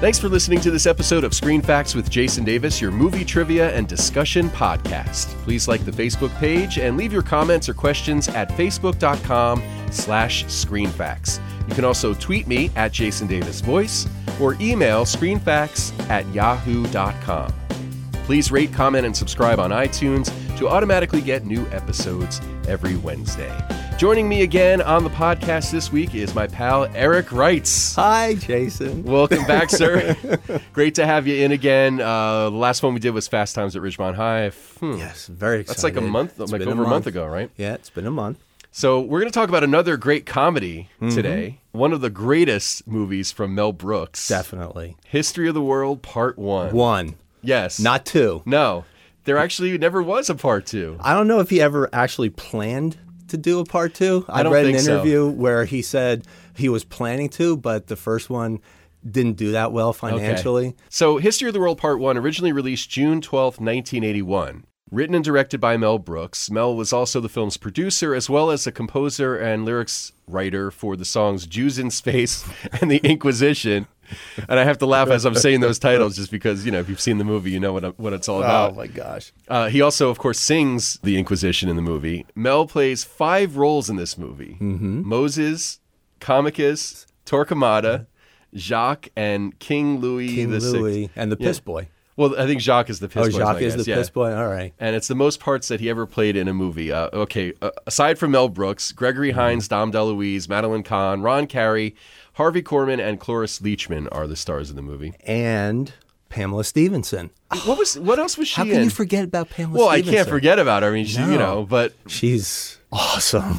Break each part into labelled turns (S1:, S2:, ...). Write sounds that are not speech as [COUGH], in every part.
S1: Thanks for listening to this episode of Screen Facts with Jason Davis, your movie trivia and discussion podcast. Please like the Facebook page and leave your comments or questions at facebook.com slash screenfacts. You can also tweet me at Jason Davis Voice or email screenfacts at yahoo.com. Please rate, comment, and subscribe on iTunes to automatically get new episodes every Wednesday. Joining me again on the podcast this week is my pal Eric Wrights.
S2: Hi, Jason.
S1: Welcome back,
S2: [LAUGHS]
S1: sir. Great to have you in again. Uh, the last one we did was Fast Times at Ridgemont High. Hmm.
S2: Yes, very excited.
S1: That's like a month,
S2: It's
S1: like
S2: been
S1: over a month ago, right?
S2: Yeah, it's been a month.
S1: So we're going to talk about another great comedy
S2: Mm-hmm.
S1: today. One of the greatest movies from Mel Brooks,
S2: Definitely.
S1: History of the World Part One.
S2: One,
S1: Yes,
S2: not two.
S1: no. There actually never was a part two.
S2: I don't know if he ever actually planned to do a part two. I,
S1: don't
S2: read
S1: think
S2: an
S1: so.
S2: interview where he said he was planning to, but the first one didn't do that well financially.
S1: So, History of the World Part 1 originally released June 12, 1981. Written and directed by Mel Brooks, Mel was also the film's producer as well as a composer and lyrics writer for the songs Jews in Space [LAUGHS] and The Inquisition. And I have to laugh as I'm saying those titles just because, you know, if you've seen the movie, you know what, what it's all about.
S2: my gosh.
S1: Uh, he also, of course, sings the Inquisition in the movie. Mel plays five roles in this movie
S2: Mm-hmm.
S1: Moses, Comicus, Torquemada, Jacques, and King Louis
S2: King
S1: the Sixth.
S2: Louis and the Piss Boy.
S1: Well, I think Jacques is the piss
S2: Oh,
S1: boy.
S2: Jacques
S1: I
S2: is the
S1: guess, yeah.
S2: Piss Boy. All right.
S1: And it's the most parts that he ever played in a movie. Uh, okay, uh, aside from Mel Brooks, Gregory
S2: Mm-hmm.
S1: Hines, Dom DeLuise, Madeline Kahn, Ron Carey, Harvey Korman, and Cloris Leachman are the stars of the movie.
S2: And Pamela Stevenson.
S1: What was? What else was she
S2: Oh, How
S1: in?
S2: can you forget about Pamela
S1: well, I
S2: Stevenson?
S1: can't forget about her. I mean, she, you
S2: No.
S1: know, but
S2: She's
S1: [LAUGHS]
S2: awesome.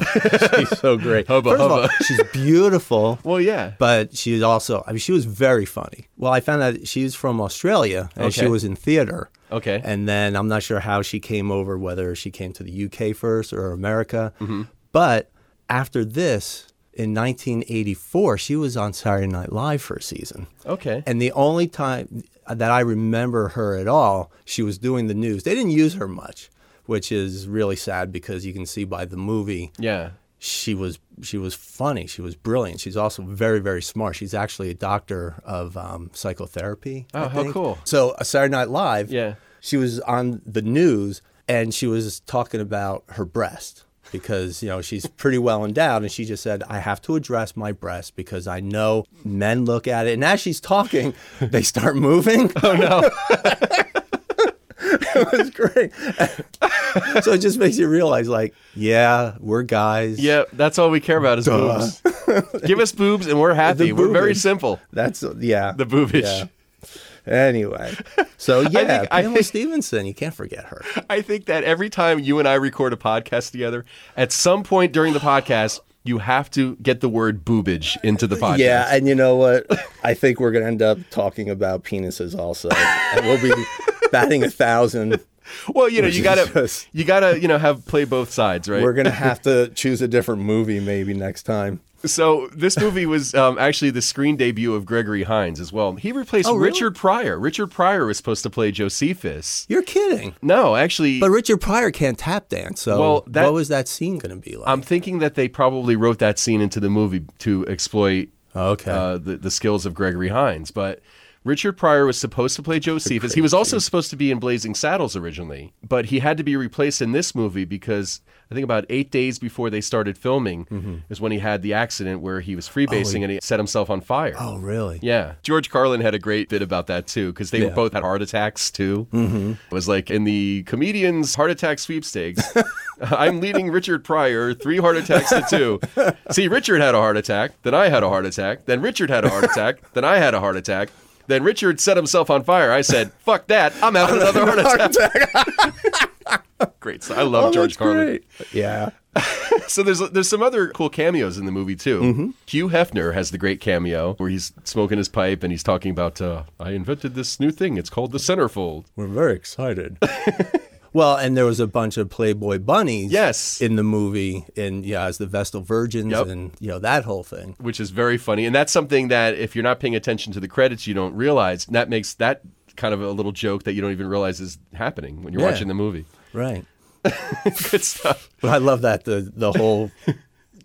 S2: she's so great.
S1: Hubba,
S2: First of all,
S1: hubba.
S2: she's beautiful.
S1: [LAUGHS] well, yeah.
S2: but she was also I mean she was very funny. Well, I found out she's from Australia and she
S1: Okay.
S2: was in theater.
S1: Okay.
S2: And then I'm not sure how she came over, whether she came to the UK first or America.
S1: Mm-hmm.
S2: But after this, in 1984, she was on Saturday Night Live for a season.
S1: Okay.
S2: And the only time that I remember her at all, she was doing the news. They didn't use her much, which is really sad because you can see by the movie
S1: yeah.
S2: she was she was funny. She was brilliant. She's also very very smart. She's actually a doctor of um, psychotherapy. I
S1: Oh, how
S2: think.
S1: cool.
S2: So a Saturday Night Live.
S1: Yeah.
S2: she was on the news and she was talking about her breast because you know
S1: [LAUGHS]
S2: she's pretty well endowed and she just said i have to address my breast because i know men look at it and as she's
S1: [LAUGHS]
S2: talking they start moving oh [LAUGHS] no it was great so it just makes you realize like yeah we're guys
S1: Yeah, that's all we care about is boobs. Give us boobs and we're happy.
S2: [LAUGHS] The
S1: We're very
S2: boobage.
S1: simple.
S2: That's yeah.
S1: The boobage.
S2: Anyway, [LAUGHS] so yeah,
S1: think- I
S2: Pamela
S1: think-
S2: Stevenson. You can't forget her.
S1: I think that every time you and I record a podcast together, at some point during the podcast, you have to get the word boobage into the podcast.
S2: Yeah, and you know what? I think we're gonna end up talking about penises also, and [LAUGHS] we'll be batting a thousand.
S1: Well, you know, you gotta
S2: Jesus.
S1: you gotta, you know, have play both sides, right?
S2: We're gonna have to choose a different movie maybe next time.
S1: So this movie was um, actually the screen debut of Gregory Hines as well. He replaced
S2: really?
S1: Richard Pryor. Richard Pryor was supposed to play Josephus.
S2: You're kidding.
S1: No, actually
S2: But Richard Pryor can't tap dance, so
S1: Well, that-
S2: what was that scene gonna be like?
S1: I'm thinking that they probably wrote that scene into the movie to exploit
S2: okay.
S1: uh, the, the skills of Gregory Hines. But Richard Pryor was supposed to play Josephus. He was also supposed to be in Blazing Saddles originally, but he had to be replaced in this movie because I think about eight days before they started filming is when he had the accident where he was freebasing and he set himself on fire.
S2: oh, really?
S1: Yeah. George Carlin had a great bit about that too, because they
S2: Yeah.
S1: both had heart attacks too. Mm-hmm. It was like in the comedian's heart attack sweepstakes. [LAUGHS] I'm leading Richard Pryor three heart attacks to two. See, Richard had a heart attack, then I had a heart attack, then Richard had a heart attack, then I had a heart attack. Then Richard set himself on fire. I said, "Fuck that! I'm having another heart attack." [LAUGHS] Great, so I love
S2: Oh,
S1: George Carlin.
S2: Yeah.
S1: So there's there's some other cool cameos in the movie too. Hugh Hefner has the great cameo where he's smoking his pipe and he's talking about uh, I invented this new thing. It's called the centerfold.
S2: We're
S1: [LAUGHS]
S2: very excited. well, and there was a bunch of Playboy bunnies
S1: Yes.
S2: in the movie and yeah, as the Vestal Virgins
S1: Yep.
S2: and you know that whole thing.
S1: which is very funny. And that's something that if you're not paying attention to the credits, you don't realize. And that makes that kind of a little joke that you don't even realize is happening when you're
S2: Yeah.
S1: watching the movie. [LAUGHS]
S2: Right.
S1: Good stuff. [LAUGHS]
S2: But I love that the the whole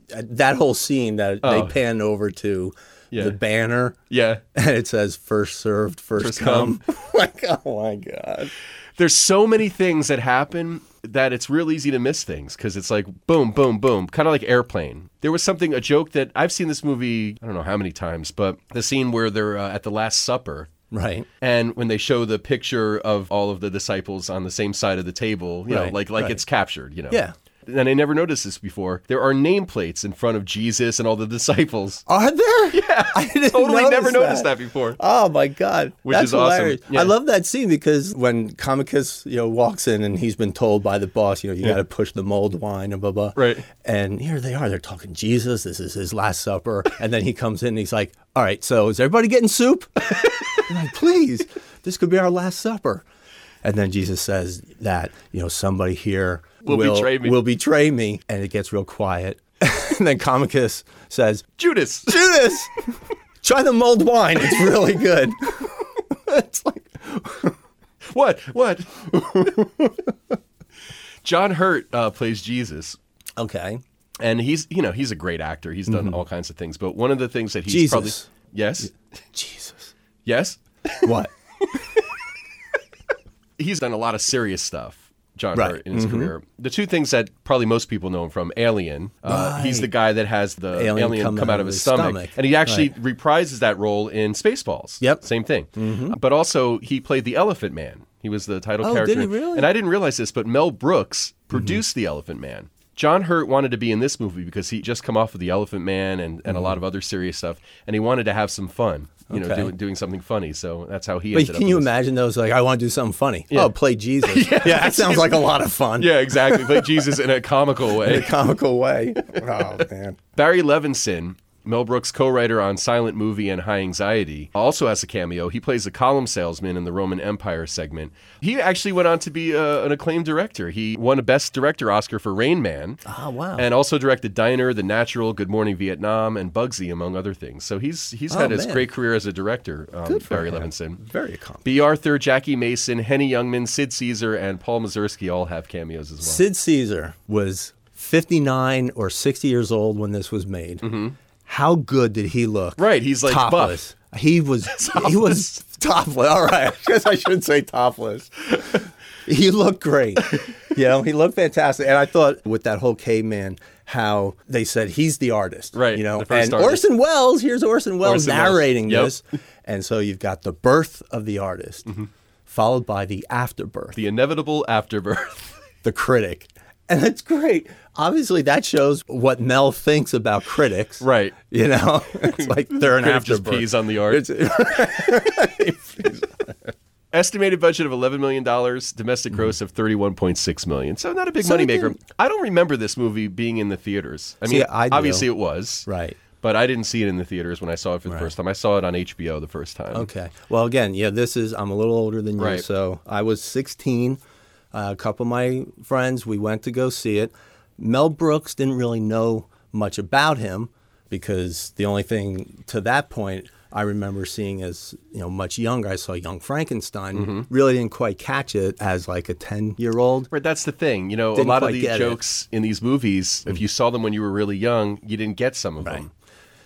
S2: that whole scene that
S1: Oh.
S2: they pan over to
S1: Yeah.
S2: the banner, [LAUGHS]
S1: Yeah.
S2: and it says first served, first,
S1: First
S2: come. [LAUGHS] like, oh my god.
S1: There's so many things that happen that it's real easy to miss things because it's like boom, boom, boom, kind of like airplane. There was something, a joke that I've seen this movie, I don't know how many times, but the scene where they're uh, at the Last Supper
S2: Right.
S1: And when they show the picture of all of the disciples on the same side of the table, you know,
S2: Right,
S1: like like
S2: right.
S1: it's captured, you know.
S2: Yeah.
S1: And I never noticed this before. There are nameplates in front of Jesus and all the [LAUGHS] disciples.
S2: Are there? Yeah. [LAUGHS] I didn't
S1: Totally
S2: notice
S1: never noticed that before.
S2: Oh my God,
S1: Which
S2: that's
S1: is awesome.
S2: hilarious!
S1: Yeah.
S2: I love that scene because when Comicus, you know, walks in and he's been told by the boss, you know, you got to push the mold wine and blah blah.
S1: Right.
S2: And here they are. They're talking Jesus. This is his last supper. And then he comes in and he's like, "All right, so is everybody
S1: [LAUGHS]
S2: getting soup? I'm like, please, this could be our last supper." And then Jesus says that you know somebody here
S1: Will betray me.
S2: Will betray me, and it gets real quiet. [LAUGHS] and then Comicus says,
S1: Judas.
S2: do this. [LAUGHS] Try the mulled wine. It's really good. it's like
S1: what? What? [LAUGHS] John Hurt uh, plays Jesus.
S2: okay.
S1: And he's, you know, he's a great actor. He's done all kinds of things. But one of the things that he's
S2: Jesus.
S1: probably. Yes?
S2: Jesus.
S1: Yes?
S2: What?
S1: he's done a lot of serious stuff, John
S2: Right. Mm-hmm.
S1: Hurt, in his career. The two things that probably most people know him from Alien. Uh, He's the guy that has the alien, come, out, of his stomach.
S2: stomach.
S1: And he actually reprises that role in Spaceballs.
S2: Yep. Mm-hmm.
S1: Same thing. But also, he played the Elephant Man. He was the title
S2: Oh,
S1: character.
S2: did he really? Mm-hmm.
S1: And I didn't realize this, but Mel Brooks produced the Elephant Man. John Hurt wanted to be in this movie because he just come off of the Elephant Man and, and a lot of other serious stuff, and he wanted to have some fun, you know,
S2: Mm-hmm. Okay.
S1: doing, doing something funny. So that's how he.
S2: But
S1: ended up
S2: can
S1: in
S2: you
S1: this.
S2: imagine those? Like, I want to do something funny. Oh, play Jesus. [LAUGHS] yeah, that sounds like a lot of fun.
S1: Yeah, exactly. Play Jesus in a comical way.
S2: [LAUGHS] In a comical way. oh man.
S1: Barry Levinson, Mel Brooks' co-writer on Silent Movie and High Anxiety, also has a cameo. He plays a column salesman in the Roman Empire segment. He actually went on to be uh, an acclaimed director. He won a Best Director Oscar for Rain Man.
S2: Oh wow.
S1: And also directed Diner, The Natural, Good Morning Vietnam, and Bugsy, among other things. So he's he's had his
S2: Oh, man.
S1: great career as a director. Um,
S2: Good for
S1: Barry
S2: him.
S1: Levinson,
S2: Very accomplished.
S1: B. Arthur, Jackie Mason, Henny Youngman, Sid Caesar, and Paul Mazursky all have cameos as well.
S2: Sid Caesar was 59 or 60 years old when this was made. How good did he look?
S1: Mm-hmm. Right, he's, like, buff.
S2: topless.
S1: [LAUGHS]
S2: He was he was topless. All right, [LAUGHS] I guess I shouldn't say topless. he
S1: [LAUGHS]
S2: looked great. You know, he looked fantastic. And I thought with that whole caveman, how they said he's the artist.
S1: Right,
S2: You know,
S1: the first
S2: and
S1: artist.
S2: Orson Welles, here's Orson Welles
S1: Orson Welles.
S2: narrating
S1: Yep.
S2: this. And so you've got the birth of the artist,
S1: Mm-hmm.
S2: followed by the afterbirth
S1: The inevitable afterbirth. [LAUGHS]
S2: the critic. [LAUGHS] And that's great. Obviously, that shows what Mel thinks about critics.
S1: Right.
S2: You know, [LAUGHS]
S1: [LAUGHS]
S2: it's like they're an
S1: Critic just
S2: afterbirth.
S1: pees on the
S2: [LAUGHS]
S1: art.
S2: It's-
S1: Estimated budget of eleven million dollars, domestic gross of thirty-one point six million. So not a big
S2: Mm-hmm. So it
S1: moneymaker.
S2: didn't-
S1: I don't remember this movie being in the theaters. I mean,
S2: See, I do.
S1: obviously it was,
S2: Right.
S1: But I didn't see it in the theaters when I saw it for the first time. I saw it on HBO the first time.
S2: okay. Well, again, yeah, this is, I'm a little older than you.
S1: Right.
S2: So I was 16. Uh, a couple of my friends, we went to go see it. Mel Brooks didn't really know much about him because the only thing to that point I remember seeing as you know much younger, I saw Young Frankenstein.
S1: Mm-hmm.
S2: Really didn't quite catch it as like a 10 year old.
S1: Right, that's the thing. You know,
S2: Didn't
S1: a lot of
S2: quite
S1: these
S2: get it. Mm.
S1: jokes in these movies, if you saw them when you were really young, you didn't get some of them.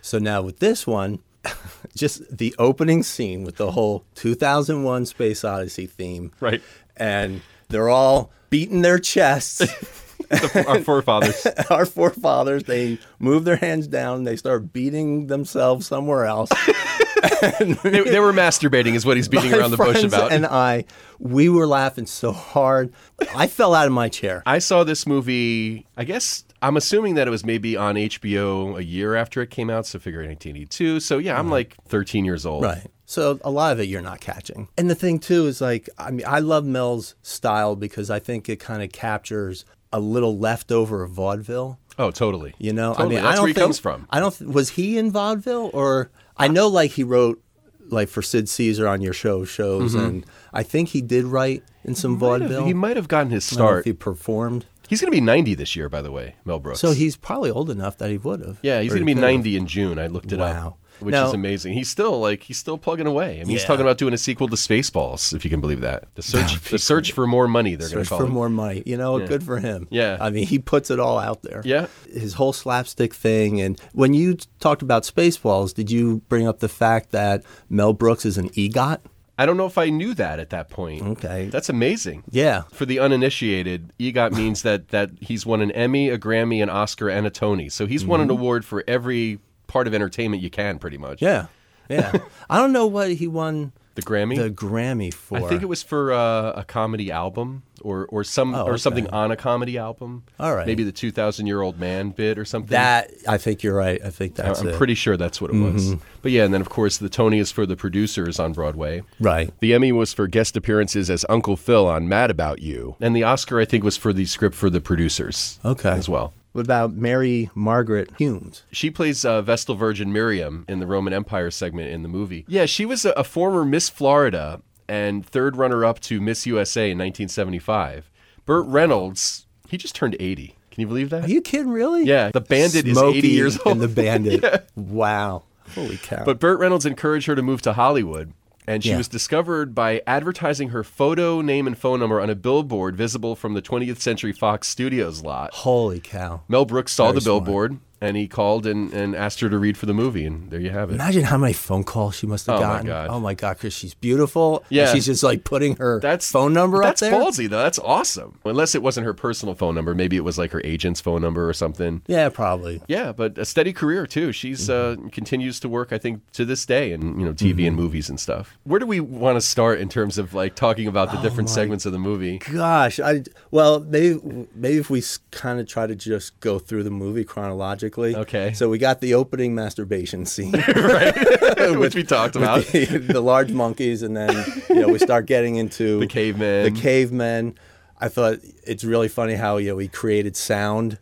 S2: So now with this one, [LAUGHS] just the opening scene with the whole 2001 Space Odyssey theme.
S1: Right.
S2: And they're all beating their chests.
S1: [LAUGHS] The- our forefathers.
S2: Our forefathers, they move their hands down, they start beating themselves somewhere else.
S1: They, they were masturbating, is what he's [LAUGHS] beating
S2: [LAUGHS] My
S1: around the bush
S2: friends
S1: about.
S2: And I, we were laughing so hard. I fell out of my chair.
S1: I saw this movie, I guess, I'm assuming that it was maybe on HBO a year after it came out, so figure 1982. So yeah, I'm like 13 years old.
S2: Right. So a lot of it you're not catching. And the thing too is like I mean I love Mel's style because I think it kind of captures a little leftover of vaudeville.
S1: Oh, totally.
S2: You know,
S1: Totally.
S2: I mean,
S1: that's
S2: I don't
S1: where he
S2: think,
S1: comes from.
S2: I don't. th- Was he in vaudeville, or I know like he wrote like for Sid Caesar on your show shows, and I think he did write in some vaudeville.
S1: Mm-hmm. He might have gotten his
S2: I don't know if
S1: start.
S2: he performed. involved.
S1: He's going to be 90 this year, by the way, Mel Brooks.
S2: So he's probably old enough that he would have.
S1: yeah, he's
S2: Or he
S1: going to be
S2: could have.
S1: 90 in June. I looked it
S2: Wow.
S1: up, which
S2: Now-
S1: is amazing. He's still like he's still plugging away. I mean, he's
S2: Yeah.
S1: talking about doing a sequel to Spaceballs, if you can believe that. The search, the search for more money. They're going to
S2: Search
S1: call
S2: for
S1: it.
S2: more money. You know, good for him.
S1: Yeah.
S2: I mean, he puts it all out there.
S1: Yeah.
S2: His whole slapstick thing. And when you t- talked about Spaceballs, did you bring up the fact that Mel Brooks is an EGOT?
S1: I don't know if I knew that at that point.
S2: Okay.
S1: That's amazing.
S2: Yeah.
S1: For the uninitiated, EGOT means that that he's won an Emmy, a Grammy, an Oscar, and a Tony. So he's won an award for every part of entertainment you can, pretty much.
S2: Mm-hmm. Yeah.
S1: [LAUGHS]
S2: Yeah. I don't know what he won
S1: The Grammy.
S2: the Grammy for.
S1: I think it was for uh, a comedy album or or some or
S2: Oh, okay.
S1: something on a comedy album.
S2: All right.
S1: Maybe the two thousand year old man bit or something.
S2: that, I think you're right. I think
S1: I-
S2: that's
S1: I'm
S2: it. Mm-hmm.
S1: pretty sure that's what it was. But yeah, and then of course the Tony is for the producers on Broadway.
S2: right.
S1: The Emmy was for guest appearances as Uncle Phil on Mad About You. And the Oscar, I think, was for the script for the producers.
S2: Okay.
S1: As well.
S2: What about Mary Margaret Humes?
S1: She plays uh, Vestal Virgin Miriam in the Roman Empire segment in the movie. Yeah, she was a, a former Miss Florida and third runner up to Miss USA in 1975. Burt Reynolds, he just turned 80. Can you believe that?
S2: Are you kidding? Really?
S1: Yeah, the bandit is 80
S2: Smokey
S1: years old. [LAUGHS]
S2: And the bandit. Wow. Holy cow.
S1: But Burt Reynolds encouraged her to move to Hollywood, and she
S2: Yeah.
S1: was discovered by advertising her photo, name, and phone number on a billboard visible from the 20th Century Fox Studios lot.
S2: Holy cow.
S1: Mel Brooks saw
S2: Very
S1: the
S2: smart.
S1: billboard, and he called and, and asked her to read for the movie, and there you have it.
S2: Imagine how many phone calls she must have
S1: Oh, my
S2: gotten.
S1: God.
S2: Oh my god, because she's beautiful. and
S1: Yeah.
S2: she's just like putting her
S1: That's
S2: phone number
S1: That's
S2: up there.
S1: ballsy though. That's awesome. Unless it wasn't her personal phone number, maybe it was like her agent's phone number or something.
S2: Yeah, probably.
S1: Yeah, but a steady career too. She's
S2: Mm-hmm.
S1: uh, continues to work, I think, to this day in you know TV and movies and stuff. Where do we want to start in terms of like talking about
S2: Oh
S1: the different segments of the
S2: [LAUGHS]
S1: movie?
S2: Gosh, I well maybe maybe if we kind of try to just go through the movie chronologically.
S1: Okay.
S2: So we got the opening masturbation
S1: [LAUGHS]
S2: scene
S1: which we talked about.
S2: with the, the large monkeys, and then you know we start getting into
S1: [LAUGHS] The cavemen.
S2: The cavemen. I thought it's really funny how you know he created sound.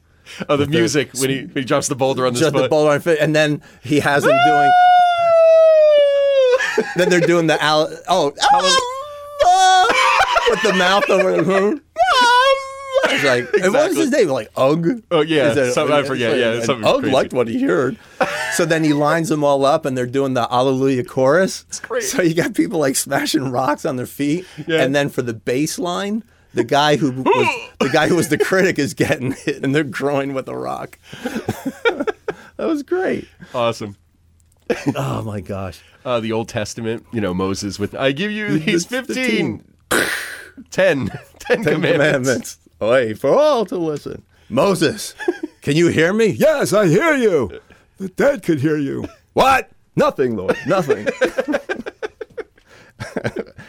S1: oh, the music when he when he drops the boulder on the
S2: Just the
S1: foot.
S2: boulder and fit, and then he has them doing.
S1: [LAUGHS]
S2: then they're doing the al- oh, [LAUGHS] with the mouth over. The, it's like and what was his name? Like Ugg?
S1: Oh, yeah,
S2: Is that-
S1: something- I forget, yeah,
S2: and
S1: something
S2: Ugg
S1: crazy.
S2: liked what he heard. So then he lines them all up, and they're doing the Alleluia chorus. It's
S1: great.
S2: So [LAUGHS] you got people like smashing rocks on their feet,
S1: Yeah.
S2: and then for the bass line. The guy
S1: [LAUGHS]
S2: who was the guy who was the critic is getting hit in their groin with a rock. [LAUGHS] that was great.
S1: awesome.
S2: Oh my gosh.
S1: Uh, the Old Testament, you know, Moses with I give
S2: [LAUGHS]
S1: you these
S2: It's
S1: 15, [LAUGHS] 10, 10 commandments.
S2: commandments. Oi, for all to listen. Moses, can you hear me? Yes, I hear you. The dead could hear you. What? Nothing, Lord. Nothing.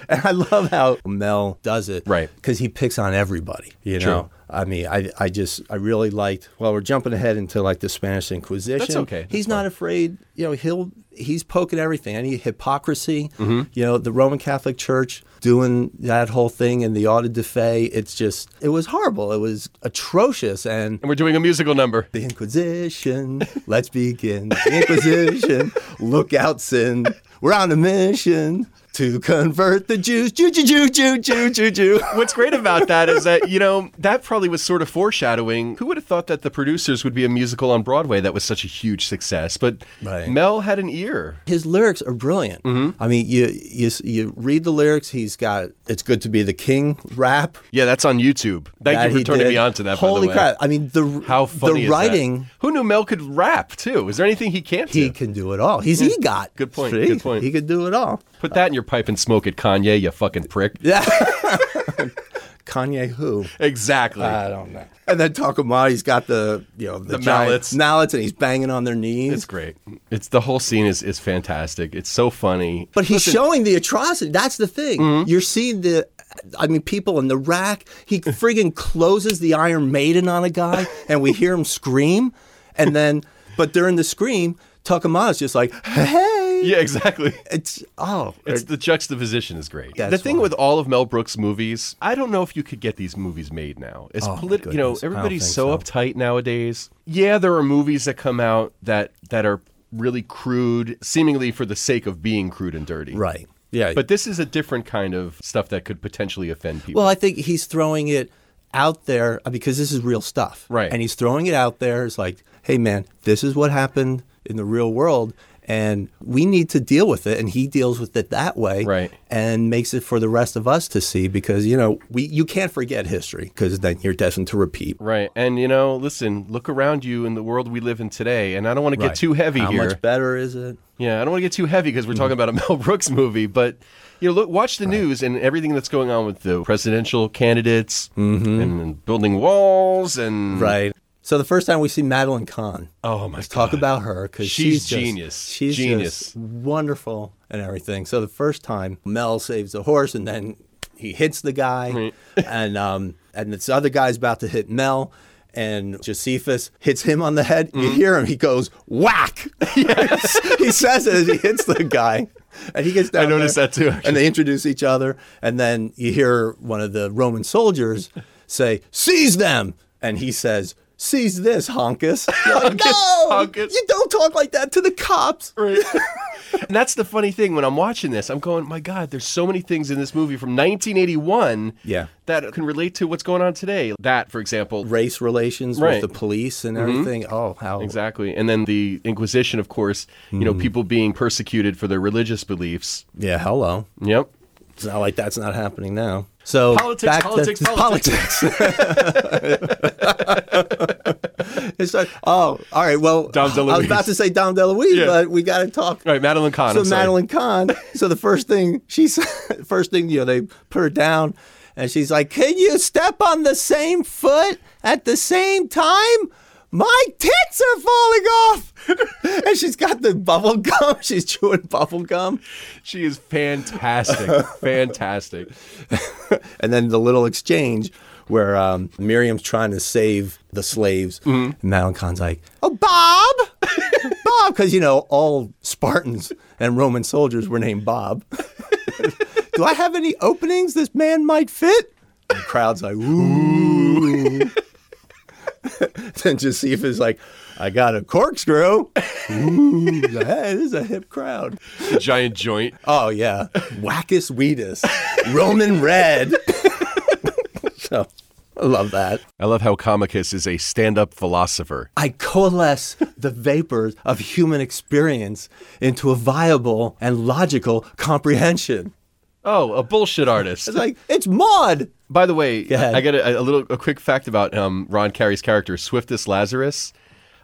S2: and I love how Mel does it.
S1: Right.
S2: Because he picks on everybody. You
S1: True.
S2: know? I mean, I, I just, I really liked, well, we're jumping ahead into like the Spanish Inquisition.
S1: okay. That's
S2: he's not afraid, you know, he'll, he's poking everything. Any hypocrisy,
S1: Mm-hmm.
S2: you know, the Roman Catholic Church doing that whole thing and the audit de fe. It's just, it was horrible. It was atrocious. And
S1: And we're doing a musical number.
S2: the Inquisition. Let's begin. The Inquisition. Look out, sin. We're on a mission to convert the Jews. Jew, Jew, Jew, Jew, Jew, Jew, Jew.
S1: What's great about that is that, you know, that probably was sort of foreshadowing. Who would have thought that The Producers would be a musical on Broadway that was such a huge success? But
S2: Right.
S1: Mel had an ear.
S2: His lyrics are brilliant.
S1: Mm-hmm.
S2: I mean, you, you you read the lyrics. He's got "It's Good to Be the King" rap.
S1: Yeah, that's on YouTube. Thank
S2: that
S1: you for
S2: he
S1: turning
S2: did.
S1: me on to that,
S2: Holy
S1: by the way.
S2: crap! I mean, the
S1: How funny
S2: the
S1: is that?
S2: writing.
S1: Who knew Mel could rap, too? Is there anything he can't
S2: He
S1: do?
S2: can do it all. He's EGOT.
S1: Good point,
S2: See?
S1: good point.
S2: He could do it all. [LAUGHS]
S1: Put that in your pipe and smoke it, Kanye, you fucking prick.
S2: Yeah. Kanye who?
S1: Exactly.
S2: I don't know. And then Takamati's got the you know the, giant
S1: mallets.
S2: mallets, and he's banging on their knees.
S1: it's great. It's the whole scene is, is fantastic. It's so funny.
S2: but he's showing the atrocity. That's the thing.
S1: Mm-hmm.
S2: You're seeing the, I mean, people in the rack. He friggin' closes the Iron Maiden on
S1: [LAUGHS]
S2: a guy, and we hear him scream. And then, but during the scream, Takamati's just like, hey.
S1: yeah, exactly.
S2: It's oh,
S1: It's the juxtaposition is great.
S2: That's
S1: the thing
S2: why.
S1: with all of Mel Brooks movies, I don't know if you could get these movies made now. It's
S2: Oh, my
S1: politi- you know,
S2: goodness. I don't
S1: everybody's
S2: think
S1: so,
S2: so.
S1: uptight nowadays. Yeah, there are movies that come out that that are really crude, seemingly for the sake of being crude and dirty.
S2: right. Yeah,
S1: But this is a different kind of stuff that could potentially offend people.
S2: Well, I think he's throwing it out there uh, because this is real stuff.
S1: Right.
S2: And he's throwing it out there. It's like, hey, man, this is what happened in the real world. And we need to deal with it. And he deals with it that way.
S1: Right.
S2: And makes it for the rest of us to see because, you know, we you can't forget history because then you're destined to repeat.
S1: Right. And, you know, listen, look around you in the world we live in today. And I don't want to get
S2: Right.
S1: too heavy
S2: How
S1: here.
S2: much better is it?
S1: Yeah, I don't want to get too heavy
S2: Mm-hmm.
S1: because we're talking about a [LAUGHS] Mel Brooks movie, but you know, look, watch the news and everything that's going on with the presidential candidates and building walls and
S2: Mm-hmm. Right. So the first time we see Madeline Kahn.
S1: Mm. Oh my
S2: Let's talk
S1: God.
S2: about her because
S1: She's
S2: she's, just-
S1: genius.
S2: She's
S1: Genius.
S2: just wonderful and everything. So the first time Mel saves the horse and then he hits the guy,
S1: [LAUGHS]
S2: and um, and this other guy's about to hit Mel. And Josephus hits him on the head. You
S1: Mm-hmm.
S2: hear him. He goes whack. [LAUGHS] he says it as he hits the guy, and he gets down.
S1: noticed
S2: there,
S1: that too,
S2: And they introduce each other, and then you hear one of the Roman soldiers say, "Seize them!" And he says, "Seize
S1: [LAUGHS]
S2: this, honkus." You're like, no,
S1: honkus."
S2: you don't talk like that to the cops.
S1: Right. and that's the funny thing when I'm watching this, I'm going, my God, there's so many things in this movie from 1981
S2: Yeah.
S1: that can relate to what's going on today. That, for example.
S2: Race relations
S1: Right. Mm-hmm.
S2: with the police and everything. Oh, how
S1: Exactly. And then the Inquisition, of course, you
S2: Mm-hmm.
S1: know, people being persecuted for their religious beliefs.
S2: yeah, hello.
S1: Yep.
S2: It's not like that's not happening now. So
S1: Politics,
S2: back [LAUGHS]
S1: politics,
S2: to,
S1: politics.
S2: politics. [LAUGHS] It's like, oh, all right. Well,
S1: Dom
S2: I was about
S1: DeLuise.
S2: to say Dom DeLuise,
S1: Yeah.
S2: but we got to talk
S1: All right, Madeline Kahn.
S2: So
S1: I'm sorry.
S2: Madeline
S1: [LAUGHS]
S2: Kahn. So the first thing she s- [LAUGHS] first thing you know they put her down, and she's like, "Can you step on the same foot at the same time?" My tits are falling off, [LAUGHS] and she's got the bubble gum. [LAUGHS] She's chewing bubble gum,
S1: She is fantastic. [LAUGHS] fantastic.
S2: [LAUGHS] and then the little exchange where um, Miriam's trying to save the slaves. And Madeline Kahn's like, Mm-hmm. "Oh, Bob, [LAUGHS] Bob," because you know all Spartans and Roman soldiers were named Bob. [LAUGHS] Do I have any openings this man might fit? And the crowd's like, ooh. [LAUGHS] then Josephus is like, I got a corkscrew. [LAUGHS] Ooh, hey, this is a hip crowd.
S1: The giant joint.
S2: Oh, yeah. Wackus Weedus, Roman red. so I love that.
S1: I love how Comicus is a stand up philosopher.
S2: I coalesce the vapors of human experience into a viable and logical comprehension.
S1: Oh, a bullshit artist.
S2: It's like, it's Maud.
S1: By the way,
S2: ahead.
S1: I got a, a little a quick fact about um, Ron Carey's character, Swiftus Lazarus.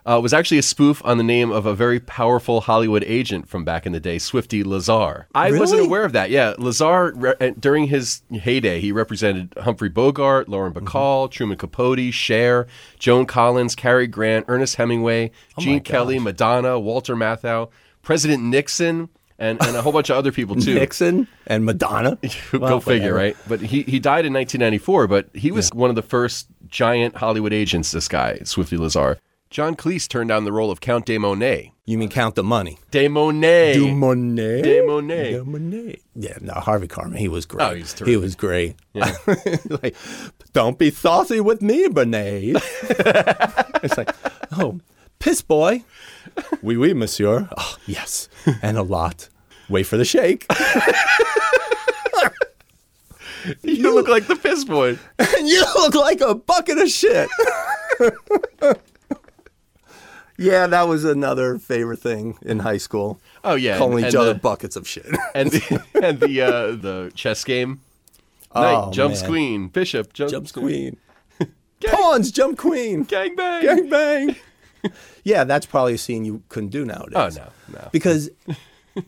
S1: Uh, was actually a spoof on the name of a very powerful Hollywood agent from back in the day, Swifty Lazar. I wasn't
S2: Really?
S1: aware of that. Yeah, Lazar re- uh, during his heyday, he represented Humphrey Bogart, Lauren
S2: Mm-hmm.
S1: Bacall, Truman Capote, Cher, Joan Collins, Cary Grant, Ernest Hemingway,
S2: Oh
S1: Gene Kelly, Madonna, Walter Matthau, President Nixon, and, and a whole bunch of other people too.
S2: [LAUGHS] Nixon and Madonna.
S1: Go figure,
S2: uh,
S1: right? But he, he died in 1994, but he was one of the first giant Hollywood agents, this guy, Swifty Lazar. John Cleese turned down the role of Count de Monet.
S2: You mean count the money?
S1: De Monet. [LAUGHS]
S2: De Monet.
S1: De Eh, Monet.
S2: De Monet. Yeah, no, Harvey Carmen, he was great.
S1: Oh, he's terrific.
S2: He was great. [LAUGHS] like, don't be saucy with
S1: [LAUGHS]
S2: me, Monet. it's like, oh, piss boy. Oui, oui, monsieur. Oh, yes, and a lot. Wait for the shake. [LAUGHS]
S1: you, look like the piss boy.
S2: and you look like a bucket of shit. [LAUGHS] yeah, that was another favorite thing in high school.
S1: Oh, yeah,
S2: calling
S1: and-
S2: each
S1: and
S2: other
S1: the-
S2: buckets of shit.
S1: And the, [LAUGHS] and the, uh, the chess game. Knight
S2: Oh,
S1: jumps
S2: man.
S1: queen. Bishop jumps,
S2: Jumps queen. [LAUGHS] Pawns jump queen.
S1: Gang bang.
S2: Gang bang. [LAUGHS] yeah, that's probably a scene you couldn't do nowadays.
S1: Oh, no, no.
S2: Because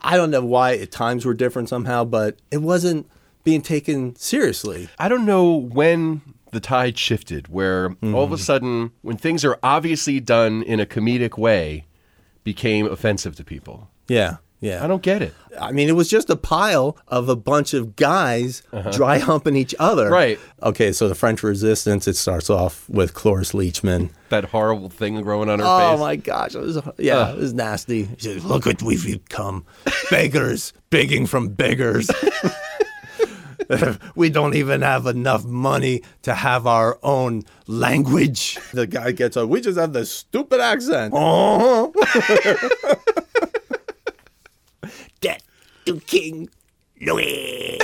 S2: I don't know why at times were different somehow, but it wasn't being taken seriously.
S1: I don't know when the tide shifted, where all
S2: Mm.
S1: of a sudden, when things are obviously done in a comedic way, became offensive to people.
S2: Yeah. Yeah.
S1: I don't get it.
S2: I mean, it was just a pile of a bunch of guys dry humping each other.
S1: Right.
S2: Okay, so the French Resistance, it starts off with Cloris Leachman.
S1: that horrible thing growing on her
S2: Oh
S1: face.
S2: my gosh, it was yeah, it was nasty. She said, "Look at we've become, beggars, begging from beggars. [LAUGHS] we don't even have enough money to have our own language." The guy gets up. We just have the stupid accent. [LAUGHS] Oh, death to King Louis.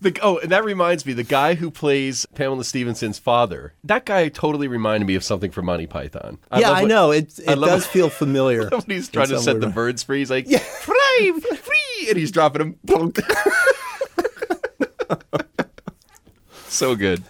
S1: The, oh, and that reminds me, the guy who plays Pamela Stevenson's father, that guy totally reminded me of something from Monty Python.
S2: yeah,
S1: love
S2: I
S1: what-
S2: know. It, it
S1: love
S2: does
S1: what-
S2: feel [LAUGHS] familiar.
S1: When [LAUGHS] he's
S2: in
S1: trying to
S2: some
S1: set
S2: weird
S1: the
S2: way.
S1: birds free, he's like, free, free, and he's dropping them. [LAUGHS] Bonk. so good.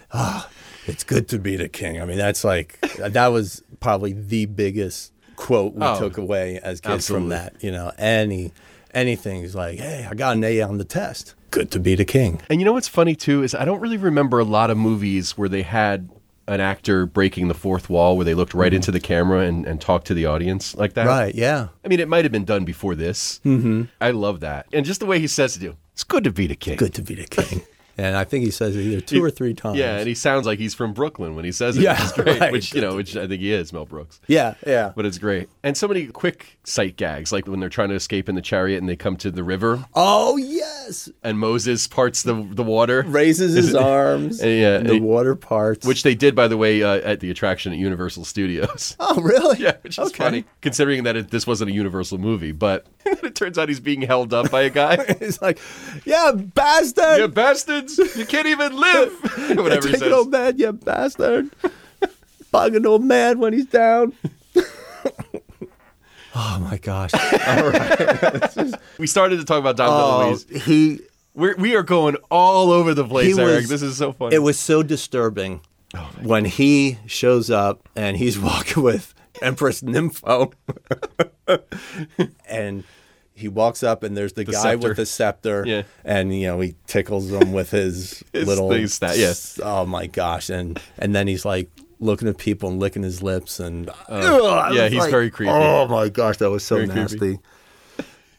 S2: It's good to be the king. I mean, that's like, that was probably the biggest quote we
S1: Oh,
S2: took away as kids
S1: absolutely.
S2: from that. You know, any anything's like, hey, I got an A on the test. Good to be the king.
S1: And you know what's funny too is I don't really remember a lot of movies where they had an actor breaking the fourth wall where they looked right into the camera and, and talked to the audience like that.
S2: Mm-hmm. Right. Yeah.
S1: I mean, it might have been done before this. Mm-hmm. I love that. And just the way he says it, too, it's good to be the king.
S2: Good to be
S1: [LAUGHS]
S2: the king. and I think he says it either two or three times.
S1: Yeah, and he sounds like he's from Brooklyn when he says it,
S2: Yeah,
S1: which is great,
S2: right.
S1: which, you know, which I think he is, Mel Brooks.
S2: Yeah. Yeah.
S1: But it's great. And so many quick sight gags, like when they're trying to escape in the chariot and they come to the river
S2: Oh, yes.
S1: and Moses parts the, the water.
S2: Raises
S1: [LAUGHS]
S2: his arms.
S1: And yeah,
S2: and the
S1: and-
S2: water parts.
S1: Which they did, by the way, uh, at the attraction at Universal Studios. [LAUGHS]
S2: Oh, really?
S1: Yeah, which is funny, considering that it, this wasn't a Universal movie, but [LAUGHS] it turns out he's being held up by a guy.
S2: [LAUGHS] He's like, yeah, bastard. [LAUGHS]
S1: you bastards! You can't even live! [LAUGHS] Whatever he
S2: Take
S1: says.
S2: an old man, you bastard. [LAUGHS] Bug an old man when he's down. [LAUGHS] oh my [LAUGHS] gosh.
S1: We started to talk about Dom
S2: Oh,
S1: DeLuise.
S2: he
S1: We're, we are going all over the place,
S2: He
S1: Eric.
S2: was-
S1: This is so funny. Oh,
S2: it was so disturbing when he shows up and he's [LAUGHS] walking with Empress Nympho. [LAUGHS] and he walks up and there's the, guy
S1: scepter.
S2: with the scepter
S1: Yeah.
S2: and you know he tickles him with his,
S1: [LAUGHS] His
S2: little
S1: thing stat- yeah.
S2: oh my gosh and and then he's like looking at people and licking his lips and Ugh, I
S1: Oh. yeah,
S2: was
S1: he's
S2: like,
S1: very creepy.
S2: oh my gosh that was so
S1: creepy.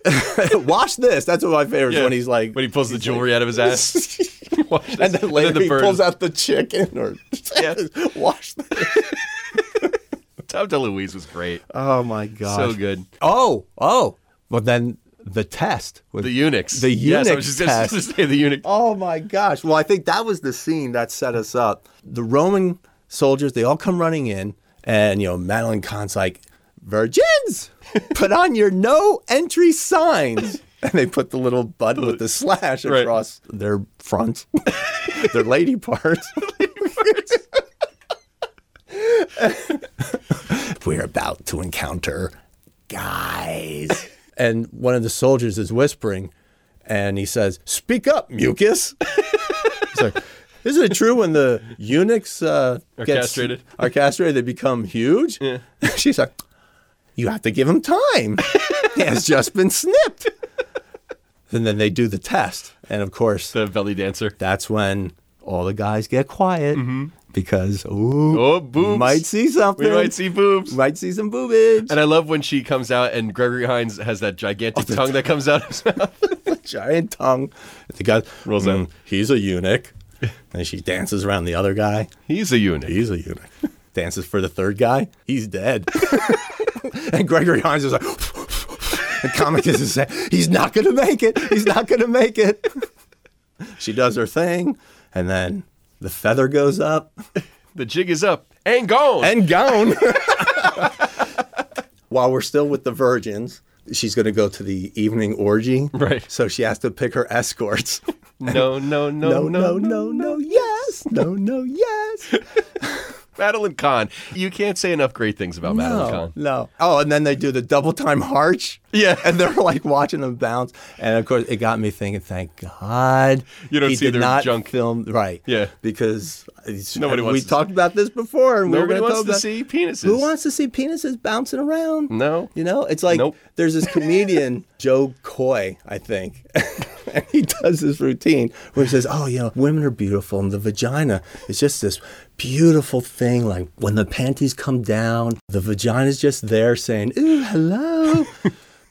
S2: nasty [LAUGHS] watch this that's one of my favorites
S1: Yeah.
S2: when he's like
S1: when he pulls the jewelry out of his
S2: [LAUGHS]
S1: ass. [LAUGHS] Watch this.
S2: and then later
S1: the
S2: he
S1: bird
S2: pulls
S1: is-
S2: out the chicken [LAUGHS] or
S1: Yeah.
S2: wash the.
S1: Tom DeLuise was great.
S2: [LAUGHS] Oh my god!
S1: so good.
S2: Oh, oh. But then the test with
S1: The eunuchs.
S2: The
S1: Yes, I was
S2: eunuchs
S1: just gonna-
S2: test.
S1: just [LAUGHS] say the eunuch.
S2: [LAUGHS] Oh my gosh! Well, I think that was the scene that set us up. The Roman soldiers they all come running in, and you know Madeline Kahn's like, [LAUGHS] "Virgins, put on your no entry signs." [LAUGHS] And they put the little button with the slash
S1: Right.
S2: across their front, [LAUGHS] their lady parts. we're about to encounter
S1: [LAUGHS]
S2: guys. and one of the soldiers is whispering, and he says, Speak up, mucus. [LAUGHS] He's like, Isn't it true when the eunuchs uh,
S1: Are
S2: gets-
S1: castrated.
S2: [LAUGHS] Are castrated, they become huge? [LAUGHS] She's like, You have to give
S1: [LAUGHS]
S2: him time. he has just been snipped. and then they do the test. And of course,
S1: The belly dancer.
S2: that's when all the guys get quiet because, ooh,
S1: Oh, boobs.
S2: might see something.
S1: Mm-hmm. we
S2: [LAUGHS]
S1: might see boobs.
S2: Might see some boobage.
S1: And I love when she comes out and Gregory Hines has that
S2: [LAUGHS]
S1: gigantic
S2: Oh,
S1: tongue that comes out of his mouth.
S2: giant tongue. The guy
S1: Rolls
S2: "Mm,
S1: out.
S2: He's a eunuch. And she dances around the other guy.
S1: He's a eunuch.
S2: He's a eunuch. dances for the third guy. He's dead. [LAUGHS] and Gregory Hines is like, [LAUGHS] the comic is saying, he's not going to make it. He's not going to make it. [LAUGHS] she does her thing. And then the feather goes up
S1: The jig is up and gone. [LAUGHS]
S2: and gone. While we're still with the virgins, she's going to go to the evening orgy.
S1: Right.
S2: So she has to pick her
S1: [LAUGHS]
S2: escorts.
S1: no, no, no, no, Oh, no,
S2: [LAUGHS] no, no, yes. No, no, yes.
S1: [LAUGHS] Madeline Kahn. You can't say enough great things about Madeline
S2: No,
S1: Kahn.
S2: no. Oh, and then they do the double time arch.
S1: Yeah.
S2: And they're like watching them bounce. And of course, it got me thinking, thank God.
S1: You don't
S2: he
S1: see
S2: did
S1: their
S2: not
S1: junk.
S2: film. Right.
S1: Yeah.
S2: Because it's-
S1: Nobody
S2: we
S1: wants to
S2: talked about this before. And we were
S1: Nobody
S2: gonna
S1: wants
S2: talk
S1: to
S2: about-
S1: see penises.
S2: Who wants to see penises bouncing around?
S1: No.
S2: You know, it's like
S1: Nope.
S2: there's this comedian, Joe Coy, I think. [LAUGHS] and he does this routine where he says, Oh, you know, women are beautiful and the vagina is just this beautiful thing. Like when the panties come down, the vagina's just there saying, Ooh, hello.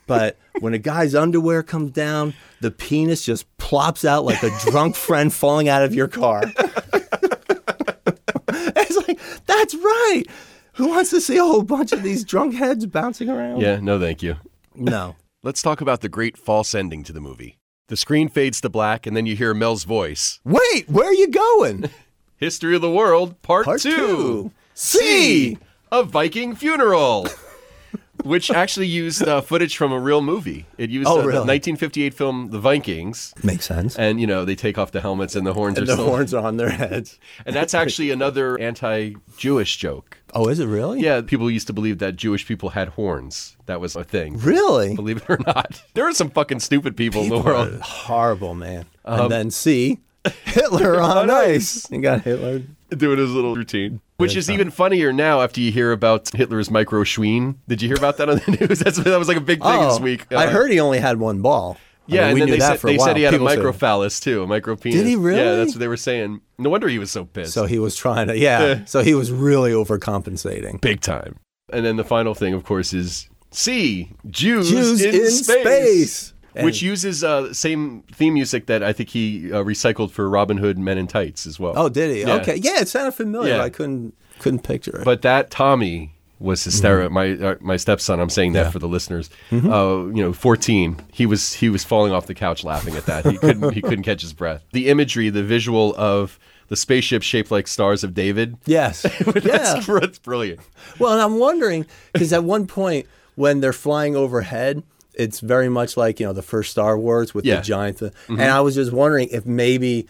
S2: but when a guy's underwear comes down, the penis just plops out like a drunk friend falling out of your car. [LAUGHS] it's like, that's right. Who wants to see a whole bunch of these drunk heads bouncing around?
S1: Yeah, no, thank you.
S2: No.
S1: Let's talk about the great false ending to the movie. The screen fades to black, and then you hear Mel's voice.
S2: Wait, where are you going?
S1: History of the World, Part,
S2: Part
S1: Two.
S2: two. C.
S1: A Viking funeral. which actually used uh, footage from a real movie. It used
S2: Oh,
S1: uh, the
S2: really?
S1: 1958 film The Vikings.
S2: Makes sense.
S1: And you know they take off the helmets and the horns are
S2: And the
S1: still,
S2: horns are on their heads.
S1: and that's actually another anti-Jewish joke.
S2: Oh, is it really?
S1: Yeah, people used to believe that Jewish people had horns. That was a thing. [LAUGHS]
S2: Really?
S1: Believe it or not, [LAUGHS] there are some fucking stupid people, in the world. [LAUGHS]
S2: Horrible, man. and then [LAUGHS] C, Hitler on ice. You got Hitler.
S1: doing his little routine. Which is even funnier now after you hear about Hitler's micro schween. Did you hear about that on the [LAUGHS] news? That's, that was like a big thing this week.
S2: Oh, I
S1: Uh,
S2: heard he only had one ball. I
S1: Yeah,
S2: mean,
S1: and
S2: we
S1: then
S2: knew
S1: they,
S2: that
S1: said,
S2: for a
S1: they
S2: while.
S1: said he had
S2: People
S1: a
S2: said-
S1: microphallus too, a micropenis.
S2: Did he really?
S1: Yeah, that's what they were saying. No wonder he was so pissed.
S2: So he was trying to, yeah. so he was really overcompensating.
S1: big time. And then the final thing, of course, is C Jews,
S2: Jews
S1: in,
S2: in
S1: space,
S2: space.
S1: which uses uh, same theme music that I think he uh, recycled for Robin Hood Men in Tights as well.
S2: Oh, did he?
S1: Yeah.
S2: Okay. Yeah, it sounded familiar.
S1: Yeah.
S2: but I couldn't couldn't picture it.
S1: But that Tommy was hysterical.
S2: Mm-hmm.
S1: My uh, my stepson. I'm saying that for the listeners. Uh, you know, 14. He was he was falling off the couch laughing at that. He couldn't he couldn't catch his breath. The imagery, the visual of the spaceship shaped like stars of David. [LAUGHS]
S2: yes. yeah.
S1: That's, that's brilliant.
S2: Well, and I'm wondering because at one point when they're flying overhead, it's very much like you know the first Star Wars with
S1: Yeah. Mm-hmm.
S2: the giant. Th- And I was just wondering if maybe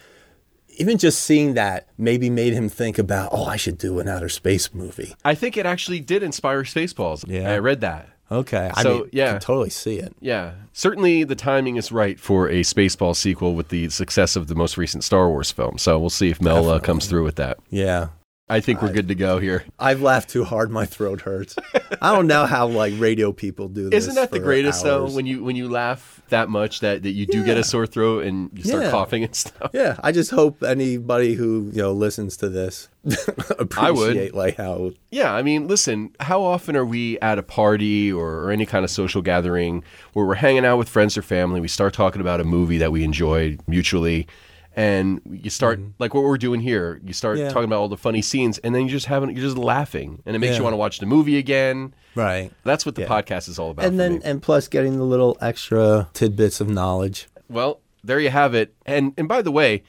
S2: even just seeing that maybe made him think about oh I should do an outer space movie.
S1: I think it actually did inspire Spaceballs.
S2: Yeah.
S1: I read that.
S2: Okay, I
S1: So,
S2: mean,
S1: yeah.
S2: can totally see it.
S1: Yeah, certainly the timing is right for a Spaceball sequel with the success of the most recent Star Wars film. So we'll see if Mel uh, comes through with that.
S2: Yeah.
S1: I think we're good to go here.
S2: I've laughed too hard, my throat hurts. I don't know how like radio people do this.
S1: Isn't that the
S2: for
S1: greatest though?
S2: hours.
S1: When you when you laugh that much that, that you do get
S2: Yeah.
S1: a sore throat and you start
S2: Yeah.
S1: coughing and [LAUGHS] stuff.
S2: yeah, I just hope anybody who you know listens to this [LAUGHS] appreciate
S1: would.
S2: like how
S1: Yeah, I mean, listen, how often are we at a party or, or any kind of social gathering where we're hanging out with friends or family, we start talking about a movie that we enjoy mutually and you start like what we're doing here, you start
S2: Mm-hmm. Yeah.
S1: talking about all the funny scenes and then you just haven't you're just laughing and it makes
S2: Yeah.
S1: you want to watch the movie again.
S2: right.
S1: That's what the podcast is all about. for
S2: and then
S1: me.
S2: and plus getting the little extra tidbits of knowledge.
S1: Well, there you have it. And and by the way,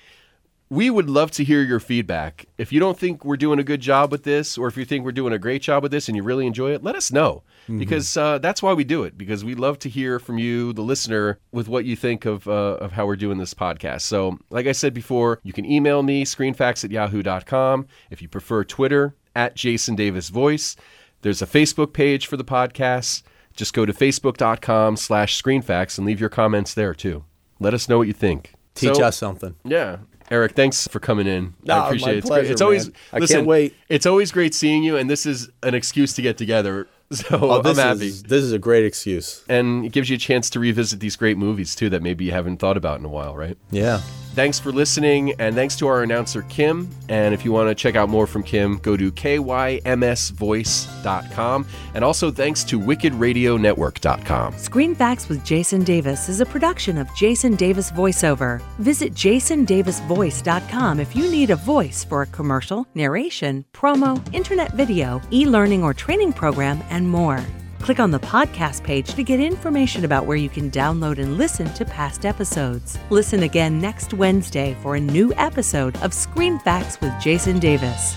S1: we would love to hear your feedback. If you don't think we're doing a good job with this, or if you think we're doing a great job with this and you really enjoy it, let us know
S2: Mm-hmm.
S1: because uh, that's why we do it. Because we love to hear from you, the listener, with what you think of uh, of how we're doing this podcast. So, like I said before, you can email me screenfacts at yahoo.com. If you prefer Twitter at Jason Davis Voice, there's a Facebook page for the podcast. Just go to facebook.com slash screenfacts and leave your comments there too. Let us know what you think.
S2: Teach
S1: So-
S2: us something.
S1: yeah. Eric, thanks for coming in.
S2: Ah,
S1: I appreciate
S2: my
S1: it. It's,
S2: pleasure,
S1: great. it's always
S2: man. I
S1: listen,
S2: can't wait.
S1: It's always great seeing you and this is an excuse to get together. [LAUGHS] So I'm
S2: Oh, this
S1: happy.
S2: is this is a great excuse.
S1: And it gives you a chance to revisit these great movies too that maybe you haven't thought about in a while, right?
S2: Yeah.
S1: Thanks for listening and thanks to our announcer Kim. And if you want to check out more from Kim, go to kymsvoice.com and also thanks to wickedradionetwork.com.
S3: Screen Facts with Jason Davis is a production of Jason Davis VoiceOver. Visit jasondavisvoice.com if you need a voice for a commercial, narration, promo, internet video, e learning or training program, and more. Click on the podcast page to get information about where you can download and listen to past episodes. Listen again next Wednesday for a new episode of Screen Facts with Jason Davis.